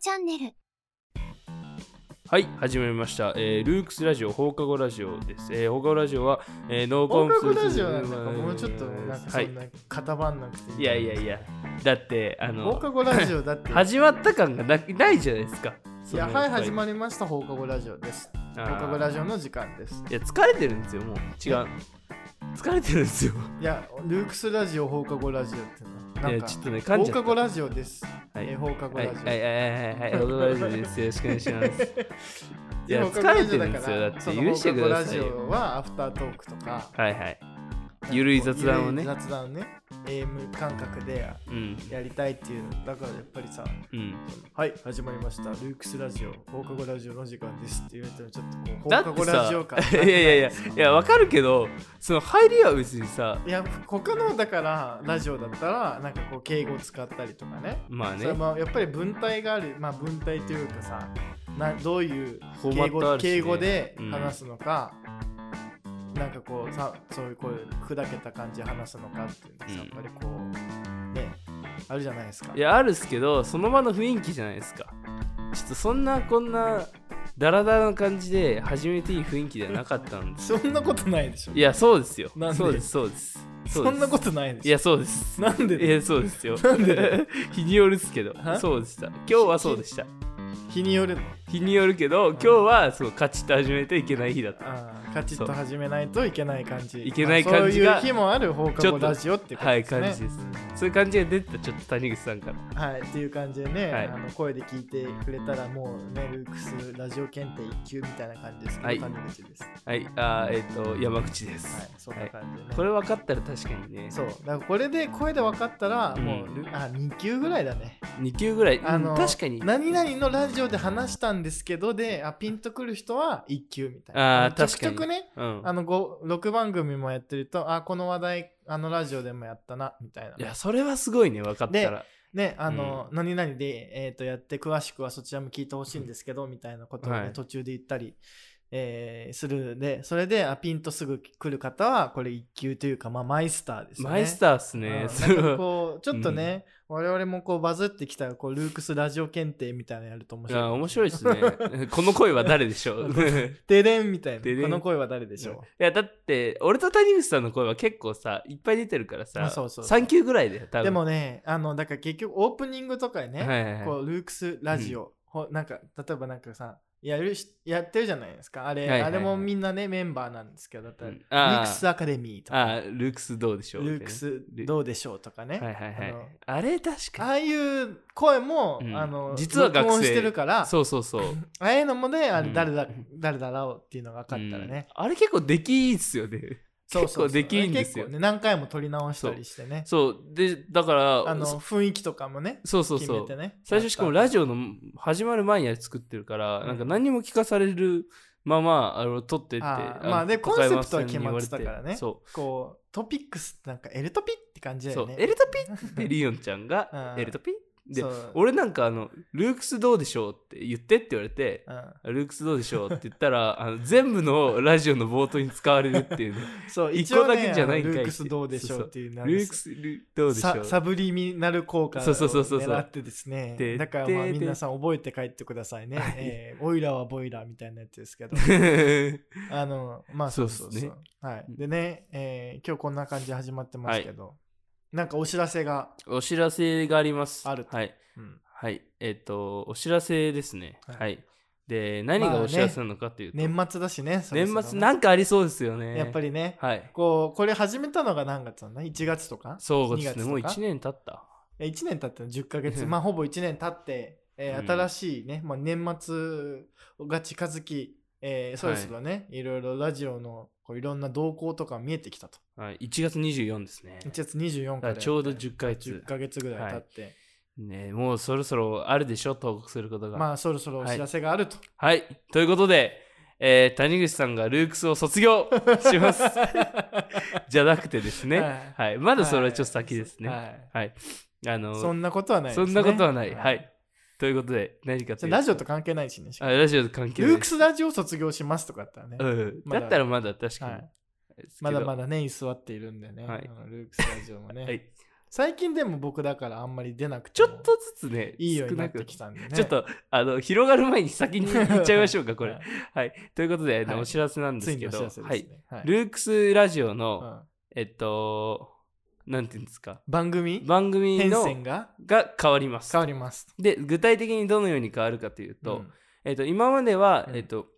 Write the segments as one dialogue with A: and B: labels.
A: チャンネル
B: はい始めました、えールークスラジオ放課後ラジオです、えー、放課後ラジオは、えー、ノーコ
C: 音
B: ンプ
C: 楽ラジオなんだからもうちょっとなんか
B: は
C: そ
B: い
C: んな固まんなくてい
B: いやいやいやだってあ
C: 放
B: の
C: 課後ラジオだって
B: 始まった感がなないじゃないですか
C: いやはい始ま
B: る
C: りました放課後ラジオです放課後ラジオの時間です
B: いや疲れてるんですよもう違う疲れてるんですよ
C: いやルークスラジオ放課後ラジオってのはいなん
B: や
C: か
B: ちょっとね噛ん
C: 放
B: じゃ
C: 課
B: っ
C: 後
B: た
C: ラジオです、
B: はい
C: えー放課後
B: はい
C: ラ
B: は
C: ジオ、
B: いはいはいはい、はい、放課後ラジオです。よろしくお願いします。いや、
C: 放課後
B: 疲
C: ラ
B: れ
C: ジ
B: て
C: オ
B: るん
C: だ
B: です
C: か
B: よ。だっ
C: ら
B: て
C: その
B: 許してく
C: 放課後
B: だ
C: ラ
B: さい
C: ジ
B: よ。
C: オはアフタートークとか
B: はいはい。ゆるい雑談をね
C: ゆるい雑談をね AM 感覚で
B: うん。
C: やりたいっていうのだからやっぱりさ
B: うん。
C: はい始まりましたルークスラジオ放課後ラジオの時間ですって言われたらちょっとこう
B: だ
C: 放
B: って
C: 課後
B: さ
C: ラジオ感
B: いやいやいやいやわかるけどその入りは別にさ
C: いや他のだからラジオだったらなんかこう敬語使ったりとかね
B: まあね
C: それまあやっぱり文体があるまあ文体というかさなどういう
B: フォーマ
C: 敬
B: ッ
C: 語,、
B: トあるしね
C: 敬語で
B: うん
C: 話すのか、なんかこうさそういうこういう砕けた感じで話すのかっていうの
B: うん
C: やっぱりこうねあるじゃないですか
B: いやあるっすけどその場の雰囲気じゃないですかちょっとそんなこんなダラダラな感じで始めていい雰囲気ではなかったんです
C: そんなことないでしょ
B: いやそうですよ
C: なんで
B: そうですそうですう
C: そ
B: です
C: んなことないでしょ
B: いやそうです
C: なんでだ
B: いやそうです よ
C: なんでだ
B: 日によるっすけど
C: は
B: そうでした今日はそうでした
C: 日によるの
B: 日によるけど今日はそうカチッと始めていけない日だった
C: あーカチッと始めないといけない感じ
B: いけない感じが
C: まあそういう日もある放課後ラジオってこと
B: はい
C: ですね
B: 感じですそういう感じが出てたちょっと谷口さんから
C: はい、っていう感じでね、
B: はい
C: あの声で聞いてくれたらもうね、ルークスラジオ検定1級みたいな感じですけど、
B: はい
C: 谷口です。は
B: はい、あーえっ、と、山口です、
C: い、そんな感じでね。
B: これ分かったら確かにね、
C: そう、だからこれで声で分かったら、
B: うん
C: もうル、あ、2級ぐらいだね。
B: 2級ぐらい、うん
C: あの、
B: 確かに。
C: 何々のラジオで話したんですけどで、あ、ピンとくる人は1級みたい
B: あ
C: な。
B: ー
C: あの
B: 確かに
C: ちょくちょくね、
B: うん。
C: あの、ご6番組もやってると、あ、この話題、あのラジオでもやったな、みたいない
B: や、それはすごいね、分かったら。
C: ね、あの、何々で、えー、とやって詳しくはそちらも聞いてほしいんですけど、みたいなことを、ね
B: はい
C: 途中で言ったり、えーするんでそれであピンとすぐ来る方はこれ一級というか、まあ、マイスターですよね。
B: マイスターっす
C: うん
B: ね、そ
C: な
B: れ
C: んか
B: は。
C: こうちょっとね、我々もこうバズってきたらこうルークスラジオ検定みたいなのやると面
B: い
C: 白い。
B: や、面白いです ね。この声は誰でしょう
C: でれんみたいな。
B: でれん
C: この声は誰でしょ
B: いや、だって、俺と谷口さんの声は結構さ、いっぱい出てるからさ、
C: あそうそう
B: 3級ぐらいだよ、多
C: う
B: 分。
C: でもね、あのだから結局オープニングとかにね、
B: はいはいはい、
C: こうルークスラジオ、ほなんか例えばなんかさやるしやってるじゃないですかあれ、
B: はいはいはい
C: あれもみんなねメンバーなんですけどだった
B: う
C: ら、
B: ん
C: ル
B: あ
C: ークスアカデミーと
B: あ
C: か
B: あー、ルークスどうでしょう、
C: ルークスどうでしょうとかね、
B: はいはいはい
C: あの。
B: あれ、確
C: あ
B: か
C: あいう声も、
B: うん
C: あの
B: 実は学生
C: 録音してるから
B: に。そうそうそう。
C: ああいうのもねあ
B: う
C: れ
B: ん
C: 誰だ、誰だろうっていうのが分かったらね、
B: うんあれ結構できいいっすよね。
C: そうそうそう
B: 結構できんですよ
C: あれ結構ね何回も撮り直したりしてね
B: そうでだから
C: あの
B: そ
C: 雰囲気とかもね
B: そうそうそう
C: 決めてね
B: 最初しかもラ
C: ジ
B: ジオの始まる前にあれ作ってるから、
C: うん
B: なんか何も聞かされるままあの撮ってって
C: あー
B: の
C: まあね
B: 高山
C: コンセプト
B: さ
C: は
B: んに言われ
C: 決まってたからね
B: そ
C: こうトピックスってなんかエルトピって感じ
B: う
C: だ
B: そ
C: よ
B: う、
C: ね
B: エルトピってリオンちゃんが
C: うん
B: エルトピで
C: そう
B: 俺なんかあの「ルークスどうでしょう?」って言ってって言われて
C: う
B: 「
C: ん
B: ルークスどうでしょう?」って言った らあの全部のラジオの冒頭に使われるっていうね
C: そう、
B: 一
C: 一
B: 個
C: 応
B: だ
C: だ
B: け
C: け
B: じ
C: じ
B: ゃ
C: ゃ
B: な
C: ないい
B: んかい
C: ルークスどうでしょうっていう
B: 「
C: なん
B: ル
C: で
B: ーク
C: す
B: スルどうでしょ
C: サ
B: う?」
C: サブリミナル効果を
B: そうそうそうそう
C: 狙ってですね
B: で
C: だからまあ
B: でで
C: 皆さん覚えて帰ってくださいね、
B: はい
C: えーオイラはボイラーみたいなやつで すけどあのまあ
B: そ
C: そうう
B: っす
C: そ
B: ね
C: うそうはい、でね、えー今日こんな感じで始まってますけど、なんかお知らせが、
B: お知らせがあります
C: あると
B: はい
C: うん
B: はい、えっ、と、お知らせですね。は。
C: はいい
B: で、何がお知らせなのかというと、
C: 年末だしねそろそろ
B: 年末なんかありそうですよね。
C: やっぱ
B: り。
C: りね
B: はい。
C: こうこれ始めたのが何月なんだ1月とか
B: そうですね。
C: 2月とか
B: もう1年経った。
C: え1年経っての10ヶ月、
B: うん
C: まあほぼ1年経って、えー
B: うん
C: 新しいね、まあ、年末が近づき、えーそろそろね、い、ろいろラジオのこういろんな動向とか見えてきたと
B: はい、1月24ですね。
C: 1月24
B: だか
C: からら
B: ちょうど10ヶ月
C: 10。ヶ月ぐらい経って、
B: ね、もうそろそろあるでしょ、投稿することが。
C: まあそろそろお知らせがあると、
B: はい。ということで、えー谷口さんがルークスを卒業し ます。じゃなくてですね。
C: は
B: はい、まだそれはちょっと先ですね。
C: は
B: はい。
C: い
B: あの
C: そんなことはないです
B: そ
C: ね
B: んなことはない。はい。ということで、何かと
C: じ
B: い
C: ゃ
B: うと
C: あラジオと関係ないしねしか
B: あ
C: も
B: ラジオと関係ない
C: ルークスラジオ卒業しますとかあったらね、
B: うん、
C: まだ
B: だったらまだ確かに、
C: はい、まだまだね居座っているんでね、
B: はい
C: あのルークスラジオもね、
B: はい
C: 最近でも僕だからあんまり出なくて
B: ちょ
C: も
B: っとずつね、
C: いいよう
B: 少
C: にな
B: な
C: っ
B: く
C: てきたんでね
B: ちょっ とあの広がる前に先に言っちゃいましょうか、これ
C: はい。
B: はい、ということで、あの
C: はい
B: お知らせなんで
C: つ
B: す
C: い
B: け
C: にお
B: ど、
C: 知らせ
B: は
C: で
B: い
C: す、ねはい
B: ルークスラジオの、
C: うん
B: えっと、なんていうんですか、
C: 番組
B: 番組
C: 変
B: の
C: 遷が
B: が変わります
C: 変。わります
B: で、具体的にどのように変わるかというと、
C: うん
B: えっと、今までは、
C: うん
B: えっと、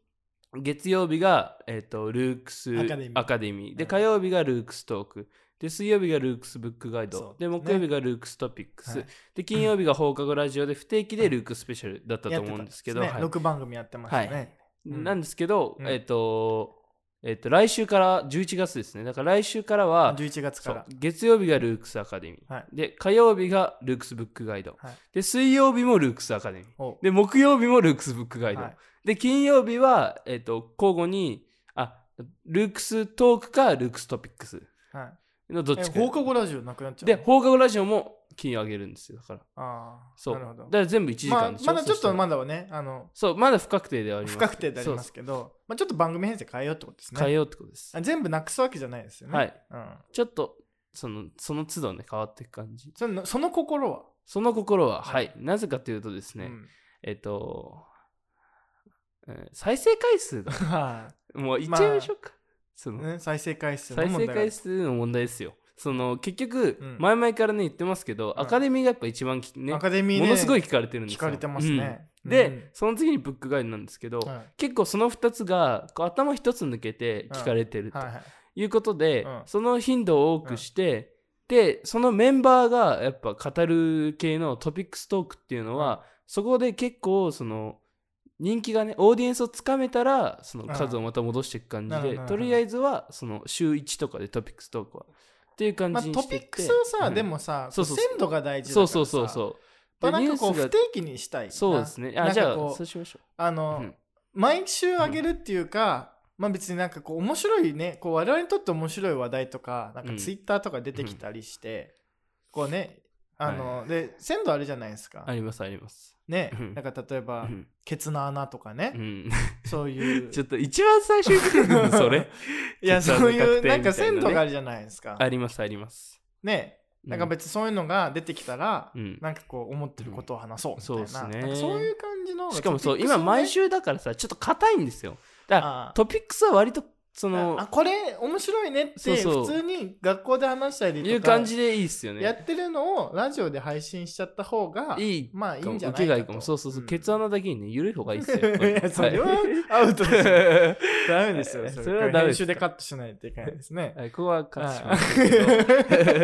B: 月曜日が、えっと、ルークス
C: アカデミー
B: ミーで、
C: うん
B: 火曜日がルークストーク。で、水曜日がルークスブックガイ
C: そ
B: ド
C: う。
B: で、
C: ですね
B: 木曜日がルークストピックス。
C: はい
B: で、金曜日が放課後ラジオ で、不定期でルークスペシャルだったと
C: やって
B: 思う
C: た
B: んですけど、
C: ね
B: はい
C: 6番組やってました
B: は
C: ねうん
B: なんですけど、
C: うん
B: えっ、と、えっ、と、来週から、11月ですね。だから来週からは、
C: 11月から
B: そう月曜日がルークスアカデミー、
C: はい
B: で、火曜日がルークスブックガイド。
C: はい
B: で、水曜日もルークスアカデミー。
C: お
B: で、木曜日もルークスブックガイド。
C: はい
B: で、金曜日は、えっ、と、交互に、あ、ルークストークかルークストピックス
C: はい
B: のどっ
C: え
B: ちか。
C: 放課後ラジオなくなっちゃう
B: で、
C: の
B: 放課後ラジオも金曜あげるんですよ。だから。
C: ああ
B: そう。
C: なるほど
B: だから全部1時
C: まあ
B: 間でしょ、
C: まだちょっ
B: そした
C: と
B: ら
C: まだはねあの
B: そう、まだ不確定ではあります。
C: 不確定であります
B: そ
C: けどまあちょっと番組編成変えようってことです
B: うそう変え
C: ね
B: ようってことです。
C: あ全部なくすわけじゃないですよね
B: はい
C: うん
B: ちょっと、その、その都度ね、変わっていく感じ。
C: そのその心は
B: その心は、は
C: はい
B: い。なぜかというとですね、
C: うん
B: えっと、えー再生回数だ。
C: は
B: もう言っちゃいましょうか。そ
C: い
B: の、
C: ね再生回数の
B: 再
C: 問
B: 生
C: 題が
B: 回数の問題ですよ。その、結局、
C: うん
B: 前々からね、言ってますけど、
C: うん
B: アカデミーがやっぱ一番き、ね
C: ア、カデミーね
B: ものすごい聞かれてるんです
C: 聞
B: よ。
C: かれてますね
B: う。
C: うんん
B: で、その次にブックガイドなんですけど、
C: はい
B: 結構その2つがこう頭一つ抜けて聞かれてると
C: はいはい
B: いうことで、
C: うん
B: その頻度を多くして、でそのメンバーがやっぱ語る系のトピックストークっていうのは、そこで結構その人気がねオーディエンスをつかめたらその数をまた戻していく感じ
C: うんな
B: で、
C: るほど
B: とりあえずはその週1とかでトピックストークはっていう感
C: まあ
B: じに
C: ト
B: して
C: ピ
B: いっ
C: ック
B: て、
C: スをさ
B: うん
C: でもさ
B: そうそうそう
C: 鮮度が大事だか
B: そ
C: ら
B: う
C: さ
B: そうそうそう
C: まあなんかこう
B: ニュー
C: 不
B: ス
C: 定期にしたいな
B: そうですね
C: なん
B: あ
C: か
B: じゃあ
C: こう
B: そうしましょ
C: あ
B: う、
C: の、
B: うん
C: 毎週あげるっていうか、まあ別になんかこう面白いねこう我々にとって面白い話題とかなん
B: う
C: か
B: ん
C: ツイッターとか出てきたりして、こうねあの、で鮮度あるじゃないですか
B: ありますあります、
C: ね
B: うん
C: なんか例えば、
B: うん
C: ケツの穴とかね、
B: うん
C: そういう
B: ちょっと一番最初に出てくるの それ
C: いや
B: ケツ
C: そ
B: 穴
C: うい
B: 確定み
C: う
B: たいな
C: な
B: ね
C: んか鮮度があるじゃないですか
B: ありますあります
C: ねなんか別にそういうのが出てきたら、
B: うん
C: なんかこう思ってることを話そうみたい
B: う
C: な,、
B: んそうっすね
C: なんかそういう感じの
B: しかもそう
C: トピックス
B: 今
C: をね
B: 毎週だからさちょっと硬いんですよだから
C: ああ
B: トピックスは割とその
C: あこれ面白いねって
B: そうそう
C: 普通に学校で話したりとか
B: いう感じでいいっすよね
C: やってるのをラジオで配信しちゃった方が
B: いい
C: まあいいんじゃ
B: 受け
C: ないか
B: が
C: と
B: いいかもそうそうそう、
C: ん
B: ケツ穴だけにね緩い方がいいっすよやっぱり
C: いや それは
B: はい
C: アウトですよ ダメです
B: は
C: よ
B: い
C: それ
B: それはダメで
C: 編
B: す
C: 集でカットしないといけないですね
B: はいここはカットしま
C: は
B: すけど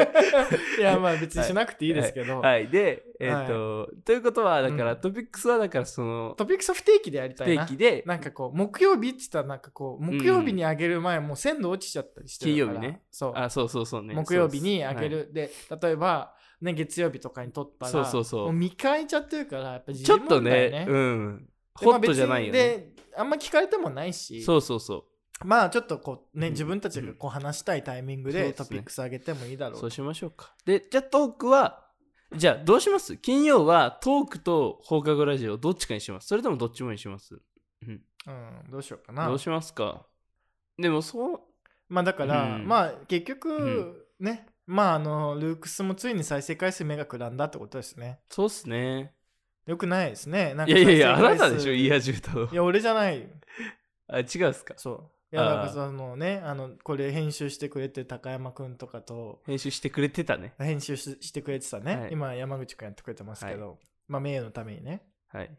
C: い いやまあ別にしなくていいですけど、
B: はいでえっ、と、ということはだから、
C: うん
B: トピックスはだからその
C: トピックスは不定期でやり
B: 不
C: たい
B: 定
C: な
B: 期で
C: なんかこう木曜日って言ったらなんかこう木曜日にあげる前もう鮮度落ちちゃったりしてるから
B: 金曜日ね
C: そう
B: あそうそうそうね
C: 木曜日にあげ
B: はい
C: るで,、例えば、ね、月曜日とかに撮ったら
B: そうそうそう
C: も見返っちゃってるからやっぱ時
B: ち
C: 事
B: ょっと
C: 問
B: ね
C: 題ね
B: うん
C: で
B: ホ
C: まあ
B: ットじゃないよね
C: 別にであんま聞かれてもないし
B: そうそうそう
C: まあちょっとこうね、
B: うん
C: 自分たちがこう話したいタイミング
B: そう
C: で
B: ですね
C: トピックス上げてもいいだろう
B: そうしましょうか。で、じゃあトークは、じゃあどうします金曜はトークと放課後ラジオどっちかにしますそれともどっちもにします
C: うん、どうしようかな
B: どうしますかでもそう、
C: まあだから、
B: うん
C: まあ結局、
B: ん
C: ねまああのルークスもついに再生回数目がくらんだってことですね
B: そうっすね。
C: よくないですねなん
B: い
C: か
B: やいやいや、あ
C: 再生
B: な
C: 回数
B: たでしょ言い始めたの
C: い。や俺じゃない
B: あ、違うっすか
C: そう。いや、
B: あー
C: なんかそのね、あの、これ編集してくれてる高山くんとかと、
B: 編集してくれてたね。
C: 編集ししてくれてたね、
B: はい
C: 今山口くんやってくれてますけど、まあ名誉のためにね。
B: はい。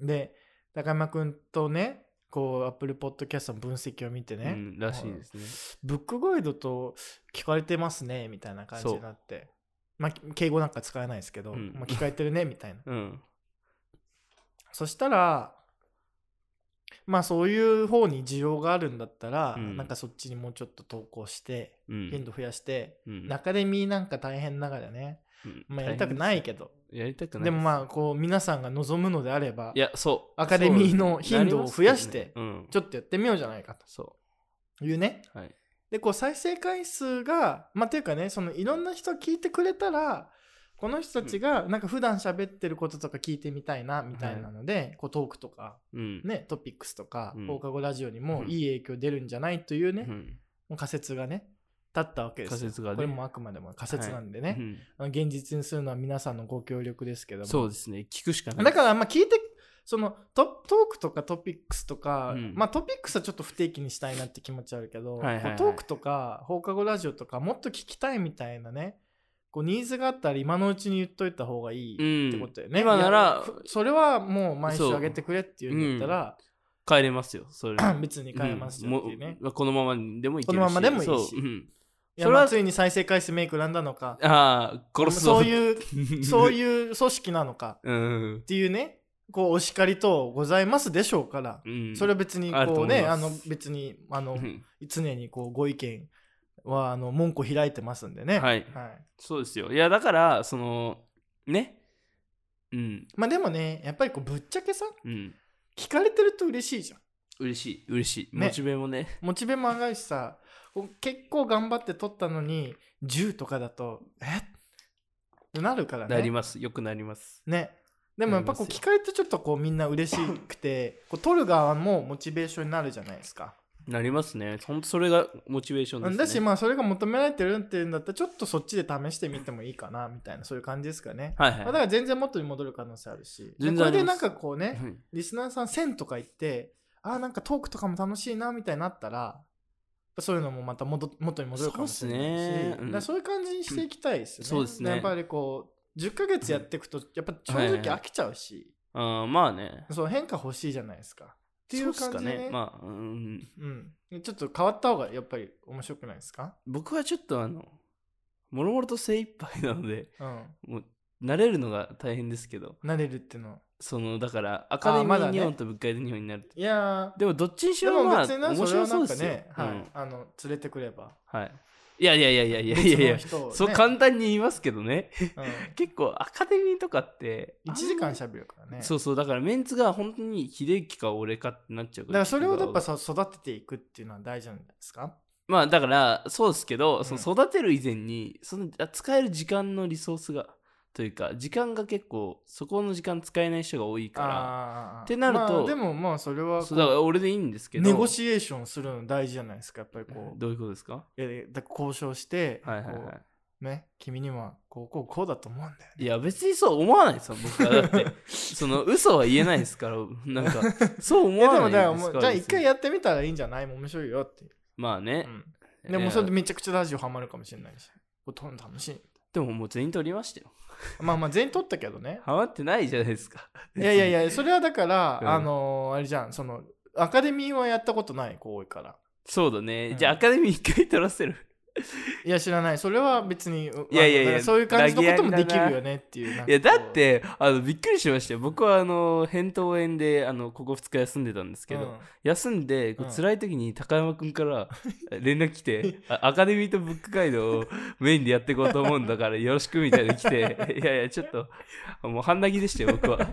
C: で、高山くんとね、こう、Apple Podcast の分析を見て
B: う
C: ね、
B: ん、らしいですね。
C: ブックガイドと聞かれてますね、みたいな感じになって。まあ、敬語なんか使えないですけど、
B: うん
C: まあ、聞かれてるね、みたいな。
B: うん。
C: そしたら、まあそういう方に需要があるんだったら、
B: うん
C: なんかそっちにもうちょっと投稿して、
B: うん。
C: 頻度増やして、
B: うん
C: アカデミーなんか大変だからね、
B: うん
C: まあ、やりたくない
B: 大変
C: けど
B: ですやりたく
C: で
B: ない
C: もまあこう皆さんが望むのであれば
B: いや、そう。
C: アカデミーの頻度を増やして
B: なりますよねうん。
C: ちょっとやってみようじゃないか
B: そ
C: というね
B: う。はい。
C: でこう再生回数がまあというかねそのいろんな人聞いてくれたらこの人たちがなんか普段喋ってることとか聞いてみたいなみたいなので、こうトークとか、
B: うん。
C: ね、トピックスとか
B: うん
C: 放課後ラジオにも
B: うん
C: いい影響出るんじゃないというね、
B: うん。
C: 仮説がねったわけですよ
B: 仮説がね
C: これもあくまでも仮説なんでね、
B: うん
C: あの現実にするのは皆さんのご協力ですけども
B: そうですね聞くしかない
C: だからまあ聞いてそのトトークとかトピックスとか、
B: うん
C: まあトピックスはちょっと不定期にしたいなって気持ちあるけど、
B: はいはいはい
C: こうトークとか放課後ラジオとかもっと聞きたいみたいなねこうニーズがあったら今のうちに言っといた方がいいってことだよ
B: う
C: ね、
B: ん今なら
C: いやふそれはもう毎週あげてくれっていうんだったら、
B: 帰れますよそれ
C: 別に変えますよっていうね、
B: うんもうこのままでもいけるし
C: このままでもいいし
B: そううんそ
C: いや
B: れは
C: まあついに再生回数メイクランだのか
B: ああ殺すぞ
C: そういう
B: う
C: そう
B: う
C: いう組織なのか
B: うん
C: っていうねこうお叱り等ございますでしょうから、
B: うん
C: それは別に
B: あると
C: こう
B: 思い
C: ね
B: ます
C: あの別にあの
B: うん
C: 常にこうご意見はあの門戸開いてますんでね
B: はいそうですよいやだからそのねうん
C: まあでもねやっぱりこうぶっちゃけさ
B: うん
C: 聞かれてると嬉しいじゃん
B: 嬉しい嬉しい
C: ね
B: モチベもね
C: モチベも上がるしさこう結構頑張って撮ったのに10とかだとえってなるから
B: なり
C: ね
B: ますよくなります
C: ねでもやっぱこう
B: なります
C: 聞
B: よ
C: かれてちょっとこうみんな嬉しくてこう撮る側もモチベーションになるじゃないですか
B: なりますねほんとそれがモチベーションですね
C: だしまあそれが求められてるっていうんだったらちょっとそっちで試してみてもいいかなみたいなそういう感じですかね、
B: はい
C: ま
B: は
C: あ、だ
B: い
C: から全然元に戻る可能性あるしで
B: 全
C: こ
B: 然あ
C: れ
B: ります
C: でなんかこうね
B: うん
C: リスナーさん1000とか行ってああなんかトークとかも楽しいなみたいになったらそういうのもまた戻元に戻るかもしれないし
B: そうっすねうん
C: だからそういう感じにしていきたいですよね、
B: そうですね
C: やっぱりこう10ヶ月やっていくとやっぱ正直飽きちゃうし、
B: あーまあね
C: そう変化欲しいじゃないですかっていう感じで
B: そうっ
C: ね
B: すかねまあうん
C: うん、ちょっと変わった方がやっぱり面白くないですか、
B: 僕はちょっとあのもろもろと精一杯なので
C: うん
B: もう慣れるのが大変ですけど
C: なれるっての
B: そのだからアカデミ
C: まだ
B: ー
C: ね
B: 日本と物会で日本になるって
C: いや
B: でもどっちにし
C: ーで
B: ろ
C: も
B: まあ
C: 別にな
B: 面
C: それ
B: 白
C: はな
B: そうんで
C: か
B: すよ、
C: ね、はい
B: うん
C: あの連れてくれば
B: はい、いやいやいやいやいやいやいや、
C: 別の人をね
B: そう簡単に言いますけどね
C: う
B: 結構アカデミーとかって
C: ん、1時間し
B: ゃ
C: ゃべるからね
B: そうそうだからメンツが本当に秀樹か俺かってなっちゃうか
C: だかららそれをやっぱ
B: 結構
C: さ育てていくっていうのは大事なんじゃないですか
B: まあだからそうですけど、
C: うん
B: その育てる以前にそのあ使える時間のリソースがというか時間が結構そこの時間使えない人が多いから
C: あー
B: ってなると
C: まあでもまあそれはこう
B: そうだから俺でいいんですけど
C: ネゴシエーションするの大事じゃないですかやっぱりこう
B: どういうことですか
C: いやだから交渉して、
B: はいはい
C: こ
B: は
C: うね君にはこうこうこうだと思うんだよ
B: い。
C: ね
B: いや別にそう思わないですよ僕はだ ってその嘘は言えないですからなんかそう思
C: いや
B: わ
C: で
B: ない
C: も
B: んで
C: だからも
B: す
C: う
B: から
C: じゃあ
B: 別に
C: 一回やってみたらいいんじゃない面白いよって、
B: まあね
C: う、ん、でも
B: いや
C: それでめちゃくちゃラジオハマるかもしれないしこう撮るの楽しい
B: でももう全員取りましたよ
C: まあまあ全員撮ったけどね。
B: ハマってないじゃないですか
C: いやいやいや、それはだから、
B: うん
C: あのーあれじゃん、その、アカデミーはやったことない子多いから。
B: そうだね、
C: うん
B: じゃあアカデミー一回取らせる
C: いや、知らない。それは別に、う
B: いやいやいや
C: あのだからそういう感じのことも
B: ラギアリ
C: でき
B: だな
C: るよねっていう。なん
B: い
C: か
B: やだってあのびっくりしましたよ僕はあの扁桃炎であのここ2日休んでたんです
C: こ
B: け
C: う
B: ど、
C: うん
B: 休んでこう
C: うん
B: 辛い時に高山君から連絡来て、あアカデミーとブックガイドをメインでやっていこうと思うんだからよろしくみたいに来ていやいやちょっともう半泣きでしたよ僕は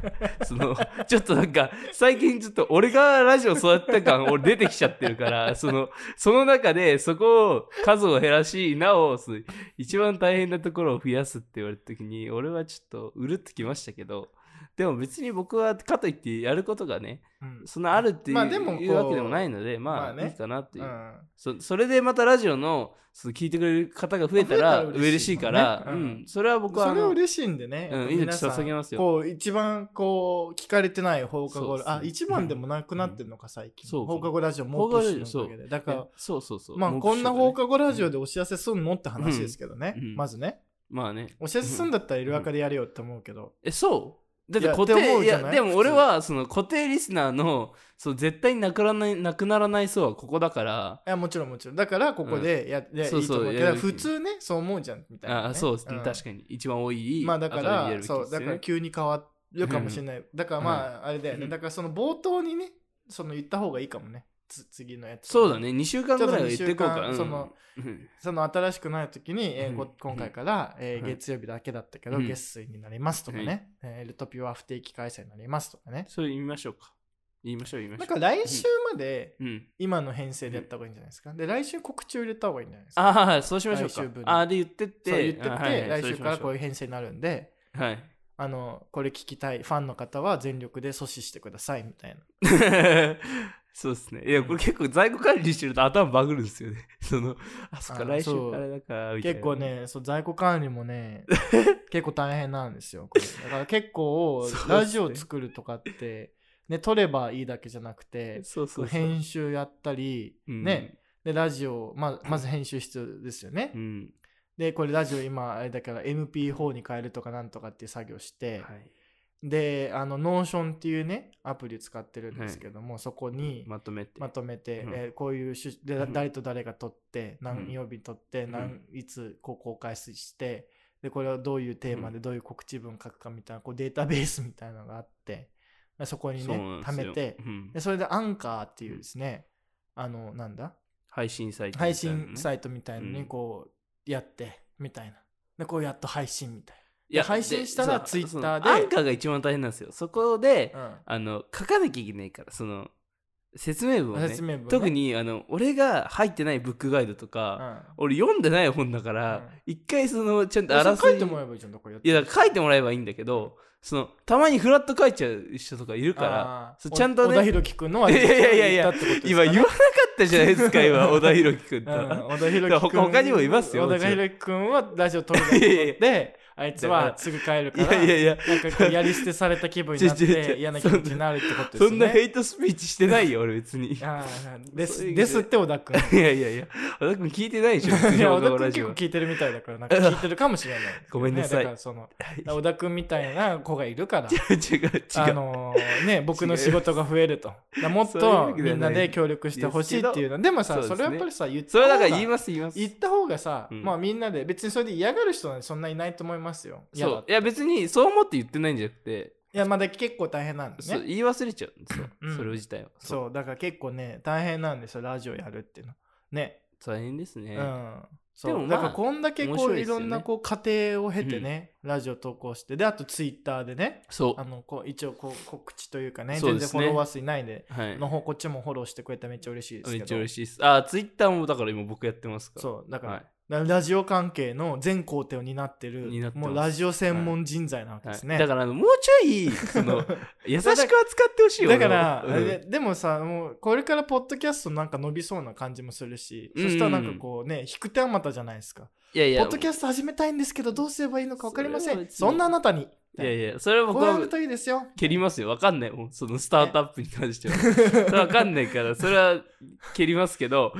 B: そのちょっとなんか最近ちょっと俺がラジオ育てた感俺出てきちゃってるからそのその中でそこを数を減らしなおその一番大変なところを増やすって言われた時に俺はちょっとうるってきましたけどでも別に僕はかといってやることがね
C: うん
B: そんなあるっていう,、
C: まあでもこう
B: いうわけでもないので、まあ、
C: まあね
B: いいかなっていう、
C: うん
B: そ。それでまたラジオのその聞いてくれる方が増えたら
C: 増えたら
B: 嬉
C: 嬉
B: し
C: し
B: い
C: い
B: か
C: からら、
B: う
C: ね
B: ん、それは僕は
C: そ
B: あ
C: れ
B: の、
C: 嬉しいんでね。
B: うん
C: やっぱ
B: いいの
C: 皆さん
B: 捧げますよ
C: こう、一番こう、聞かれてない放課
B: そう
C: 後
B: で、すね
C: あ、一番でもなくなってるのか、最近。
B: そう
C: 放課後ラジオも
B: 放課
C: う
B: 後
C: プ
B: ラ
C: ッシ
B: ジオ
C: ュのおかげで。だから、
B: そうそうそう。
C: まあ、
B: 目
C: こ
B: 標
C: ん
B: だ
C: な
B: ね
C: 放課後ラジオでお知らせすんのって話ですけどね
B: うんうん。
C: まずね。
B: まあね。
C: お知らせすんだったら、いるわかでやれよって思うけど。
B: え、そうだっ
C: い
B: て
C: や
B: 固
C: って思
B: 定、
C: う
B: い
C: じ
B: や、
C: ゃない
B: でも俺
C: 普通
B: はその固定リスナーの、そう絶対になくならない、なくならない層はここだから、
C: いやもちろんもちろんだからここでやって、
B: そう
C: いいと
B: そう
C: 思うけ
B: や
C: ど
B: るべき
C: 普通ねそう思うじゃんみたいなね、
B: あそうですね、
C: ん
B: 確かに。一番多い。
C: まあだか
B: 後で言え
C: ら
B: る
C: そう
B: べきです
C: だ
B: よ
C: か
B: ね
C: ら急に変わるかもしれない、だからまああれだよね、
B: うん
C: だからその冒頭にねその言った方がいいかもねつ次のやつ
B: そうだね、2週間ぐらいは言
C: ち
B: っ
C: ょ
B: て
C: っと
B: いこうか。
C: 二週間その
B: うん
C: その新しくない時に、えー
B: うん
C: こ今回から、えー
B: はい
C: 月曜日だけだったけど、
B: うん
C: 月水になりますとかね、えールトピオは不定期開催になりますとかね
B: それ言いましょうか。言いましょう、言いましょ
C: だ
B: う。
C: から来週まで
B: うん。
C: 今の編成でやった方がいいんじゃないですか、で来週告知を入れた方がいいんじゃないですか
B: ああ、そうしましょう
C: 来週分
B: か。
C: に
B: ああ、で言ってっ
C: そう言
B: て。
C: ってって、
B: あはいはい
C: 来週からこう
B: そ
C: いう編成になるんで
B: うしましょうはい。
C: あのこれ聞きたいファンの方は全力で阻止してくださいみたいな
B: そうですね。いや、これ結構在庫管理してると頭バグるんですよね。 その、あそっか、
C: あ
B: 来週
C: そう
B: からだから、みたいな。
C: 結構。ねそう在庫管理もね 結構大変なんですよこれだから結構
B: そうですね
C: ラジオ作るとかってね撮ればいいだけじゃなくて
B: そうそうそう。
C: 編集やったり、
B: うん
C: ね。でラジオ、まあ、まず編集室ですよね、
B: うん。
C: でこれラジオ今あれだから MP4 に変えるとかなんとかっていう作業して、
B: はい。
C: であのノーションっていうねアプリ使ってるんですけども、そこに
B: まとめて。
C: まとめて、
B: うん
C: えーこういうしゅで
B: うん
C: 誰と誰が撮って、
B: うん
C: 何曜日撮って、
B: ん
C: 何いつこう公開してでこれをどういうテーマでどういう告知文書くかみたいなこうデータベースみたいなのがあってまあそこに
B: そうなん
C: ね
B: です
C: 貯
B: よ
C: めて
B: うん
C: でそれでアンカーっていうですね、あのなんだ
B: 配信サイトみたい
C: 配
B: なね。
C: 信サイトみたいの
B: うん
C: にこうやってみたいなでこうやっと配信みたい
B: いや
C: 配信したら
B: で
C: Twitter
B: そうその
C: で
B: アンカーが一番大変なんですよ。そこで、
C: な、
B: あの、書かなきゃいけないから、その、説明文をね。
C: 説明文ね
B: 特に、あの、俺が入ってないブックガイドと
C: うん
B: か、俺読んでない本だから、一回その、ちゃん
C: で
B: とあら
C: そ
B: す
C: れ書
B: じ
C: いてもらえばいいじゃんどこやって
B: いやだから書いてもらえばいいんだけど、そのたまにフラット書いちゃう人とかいるから
C: あー
B: そうちゃんとね
C: 小田博樹君のはい
B: やいやいやいや
C: 言ったってことです
B: 今
C: かね
B: 言わなかったじゃないですか 今小田裕樹君って、
C: うん小田博樹君
B: 他にもいますよ
C: 小田博樹君はラジオ撮る
B: いやいやいや
C: であいつはすぐ帰る
B: い
C: から
B: やいやいや
C: なんかこうやり捨てされた気分になっ
B: ちょちょちょ
C: て嫌な気持ちになるってことです
B: そ
C: よね
B: んなヘイトスピーチしてないよ俺別にいや
C: あー
B: そういう
C: です
B: 意味で
C: ですって小田君
B: いやいや小田君聞いてないでしょ別に
C: いや
B: 小
C: 小
B: 田
C: 田
B: 君
C: 君
B: ラ
C: 結
B: ジ
C: 構
B: オ
C: 聞いてるみたいだからなんか聞いてるかもしれない、
B: ごめんなさい
C: ねだからその小田君みたいな子がいるから
B: 違う違う
C: あの ーね僕の仕事が増えるとだからもっ
B: そういうわ
C: と
B: けじ
C: み
B: ゃない
C: んなで協力してほしいっていうのでも
B: そう
C: さ
B: です
C: そ
B: ね
C: れはやっぱりさ言っ
B: それ
C: た方
B: はだ
C: が
B: から言います言います
C: 言った方がさ、
B: うん
C: まあみんなで別にそれで嫌がる人なんてそんないないと思いますよ嫌
B: そ
C: だっ
B: う
C: て
B: いや別にそう思って言ってないんじゃなくて、
C: いやまだ結構大変なんです
B: そう
C: ね
B: 言い忘れちゃうんですよ、
C: うん
B: それ自体はう
C: そうだから結構ね大変なんですよラジオやるっていうのね
B: 大変ですね、
C: うんそう
B: でもまあ
C: だからこんだけ
B: 面
C: こ
B: 白いうで
C: い
B: すよね
C: ろんなこう過程を経てね、ラジオ投稿してであとツイッターでね
B: そ
C: あのこう一応こう告知というかね
B: そう
C: 全
B: で
C: 然
B: すね
C: フォロワー数いないんで
B: うはい
C: の方こっちもフォローしてくれたらめっちゃ嬉しいですけ
B: め
C: ど
B: っちゃ嬉しいですあツイッターもだから今僕やってますから
C: そうだから、
B: はい
C: だからラジオ関係の全工程を担ってる
B: 担ってます
C: もうラジオ専門人材なわけ
B: は
C: で
B: い
C: すね、
B: だからあのもうちょ いその優しく扱ってほしいよ
C: だから、
B: 俺を
C: あ
B: うん
C: れでもさもうこれからポッドキャストなんか伸びそうな感じもするし、
B: うん
C: そしたらなんかこうね引く手あまたじゃないですか
B: いやい
C: ポ
B: や
C: ッドキャスト始めたいんですけどどうすればいいのか分かりませ
B: それは
C: ん
B: 別に
C: そんなあなたに
B: いやいやそれは
C: こ
B: 僕
C: うや
B: は
C: るといいですよ
B: 蹴りますよわかんないもんそのスタートアップに関しては それわかんないからそれは蹴りますけど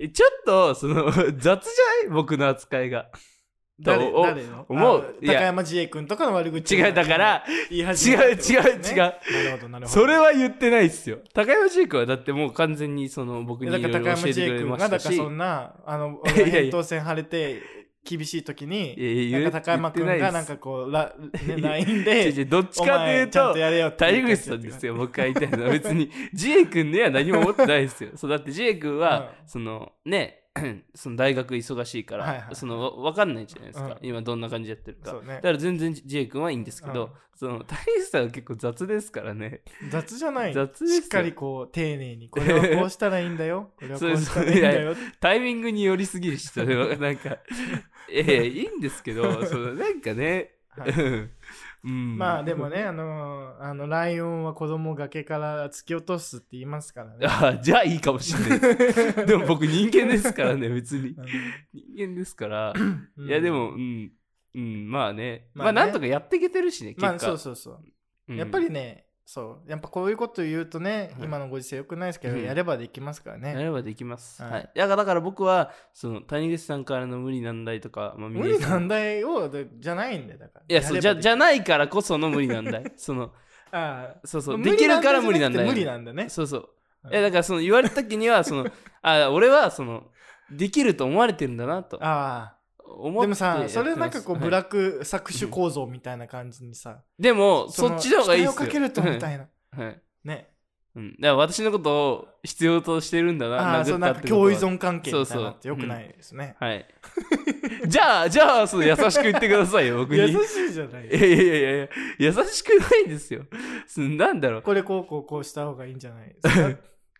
B: ちょっとその雑じゃない僕の扱いが
C: 誰
B: お
C: 誰の
B: 思う
C: あ
B: いや
C: 高山自衛君とかの悪口
B: 違うだから
C: 言い始めたってこと
B: 違う違う
C: ね
B: 違う
C: なるほどなるほど
B: それは言ってないっすよ高山ジェイクはだってもう完全にその僕にい
C: だ
B: ろ
C: から
B: い
C: 高
B: ろ
C: 山
B: 教えて
C: 自
B: く
C: 衛
B: れ
C: 君
B: ま
C: が
B: し
C: だ
B: た
C: から
B: し
C: そんなあの
B: いやいや
C: 扁桃腺腫れて厳しい
B: い
C: 時
B: や
C: に
B: いや
C: な
B: 言
C: ん
B: う
C: か高山君
B: 言
C: が
B: って
C: ない
B: っ
C: ん
B: す
C: かこうラ、ね、
B: いや
C: LINE
B: 違う
C: で
B: 違うどっちかという
C: お前ちゃん
B: と
C: とやれよって
B: 谷
C: 言う
B: 口さんですよ、僕が言いたいのは。別に、ジエ君には何も思ってないですよ。そうだって、ジエ君は、
C: う
B: その、ね、 その大学忙しいから、
C: はいはい
B: そのわわかんないじゃないですか、
C: うん
B: 今どんな感じやってるか。
C: そうね
B: だから全然ジエ君はいいんですけど、
C: うん
B: その谷口さんは結構雑ですからね。
C: 雑じゃない
B: 雑ですよ
C: しっかりこう丁寧にこれはこうしたらいいんだ よこれはこうしたらいいんだよ
B: タイミングによりすぎるし、それはなんか、ええいいんですけど、そのなんかね、
C: はい
B: うん、
C: まあでも。ねあのーあのライオンは子供を崖から突き落とすって言いますからね
B: あじゃあいいかもしれない です。でも僕人間ですからね、別に。人間ですから。
C: うん
B: いやでも、うん、うん、まあね、まあ
C: まあね
B: なんとかやっていけてるしね、結
C: ま
B: 果。
C: あそうそうそう
B: うん
C: やっぱりねそうやっぱこういうこと言うとね、
B: はい
C: 今のご時世よくないですけど、
B: うん
C: やればできますからね、
B: やればできます。
C: はい
B: はい。だからだから僕は、その、谷口さんからの無理難題とか、まあ、
C: 無理
B: 峰さ
C: 難題をでじゃないんだよだから
B: いや、そう、じゃ、じ
C: ゃ
B: ゃないからこその無理難 題。その、
C: ああ
B: そうそう、できるから無理難題。
C: 無理なんだね
B: そうそう。
C: うん
B: いや、だからその、言われた時には、その、あ、俺は、その、できると思われてるんだなと
C: あ
B: 思って
C: あでもさそれ
B: やって
C: な
B: ま
C: ん
B: す
C: かこう
B: はい
C: ブラック搾取構造みたいな感じにさ、
B: でもそ
C: の
B: っちの方がいいっすよ
C: 期待をかけるとみたいな、
B: はいはい
C: ね
B: うん、だから私のことを必要としてるんだな
C: ああそう
B: 殴
C: な
B: った
C: んか
B: ってこと
C: 共
B: は
C: 依存関係みたいなのって
B: そ
C: よ
B: うそう
C: くないですね、
B: はい。 じゃあ、じゃあ、そう優しく言ってくださいよ、僕に。いやい
C: 優しいじゃない
B: やいやいや、優しくないんですよ。すなんだろう。
C: これこうこうこうした方がいいんじゃないですか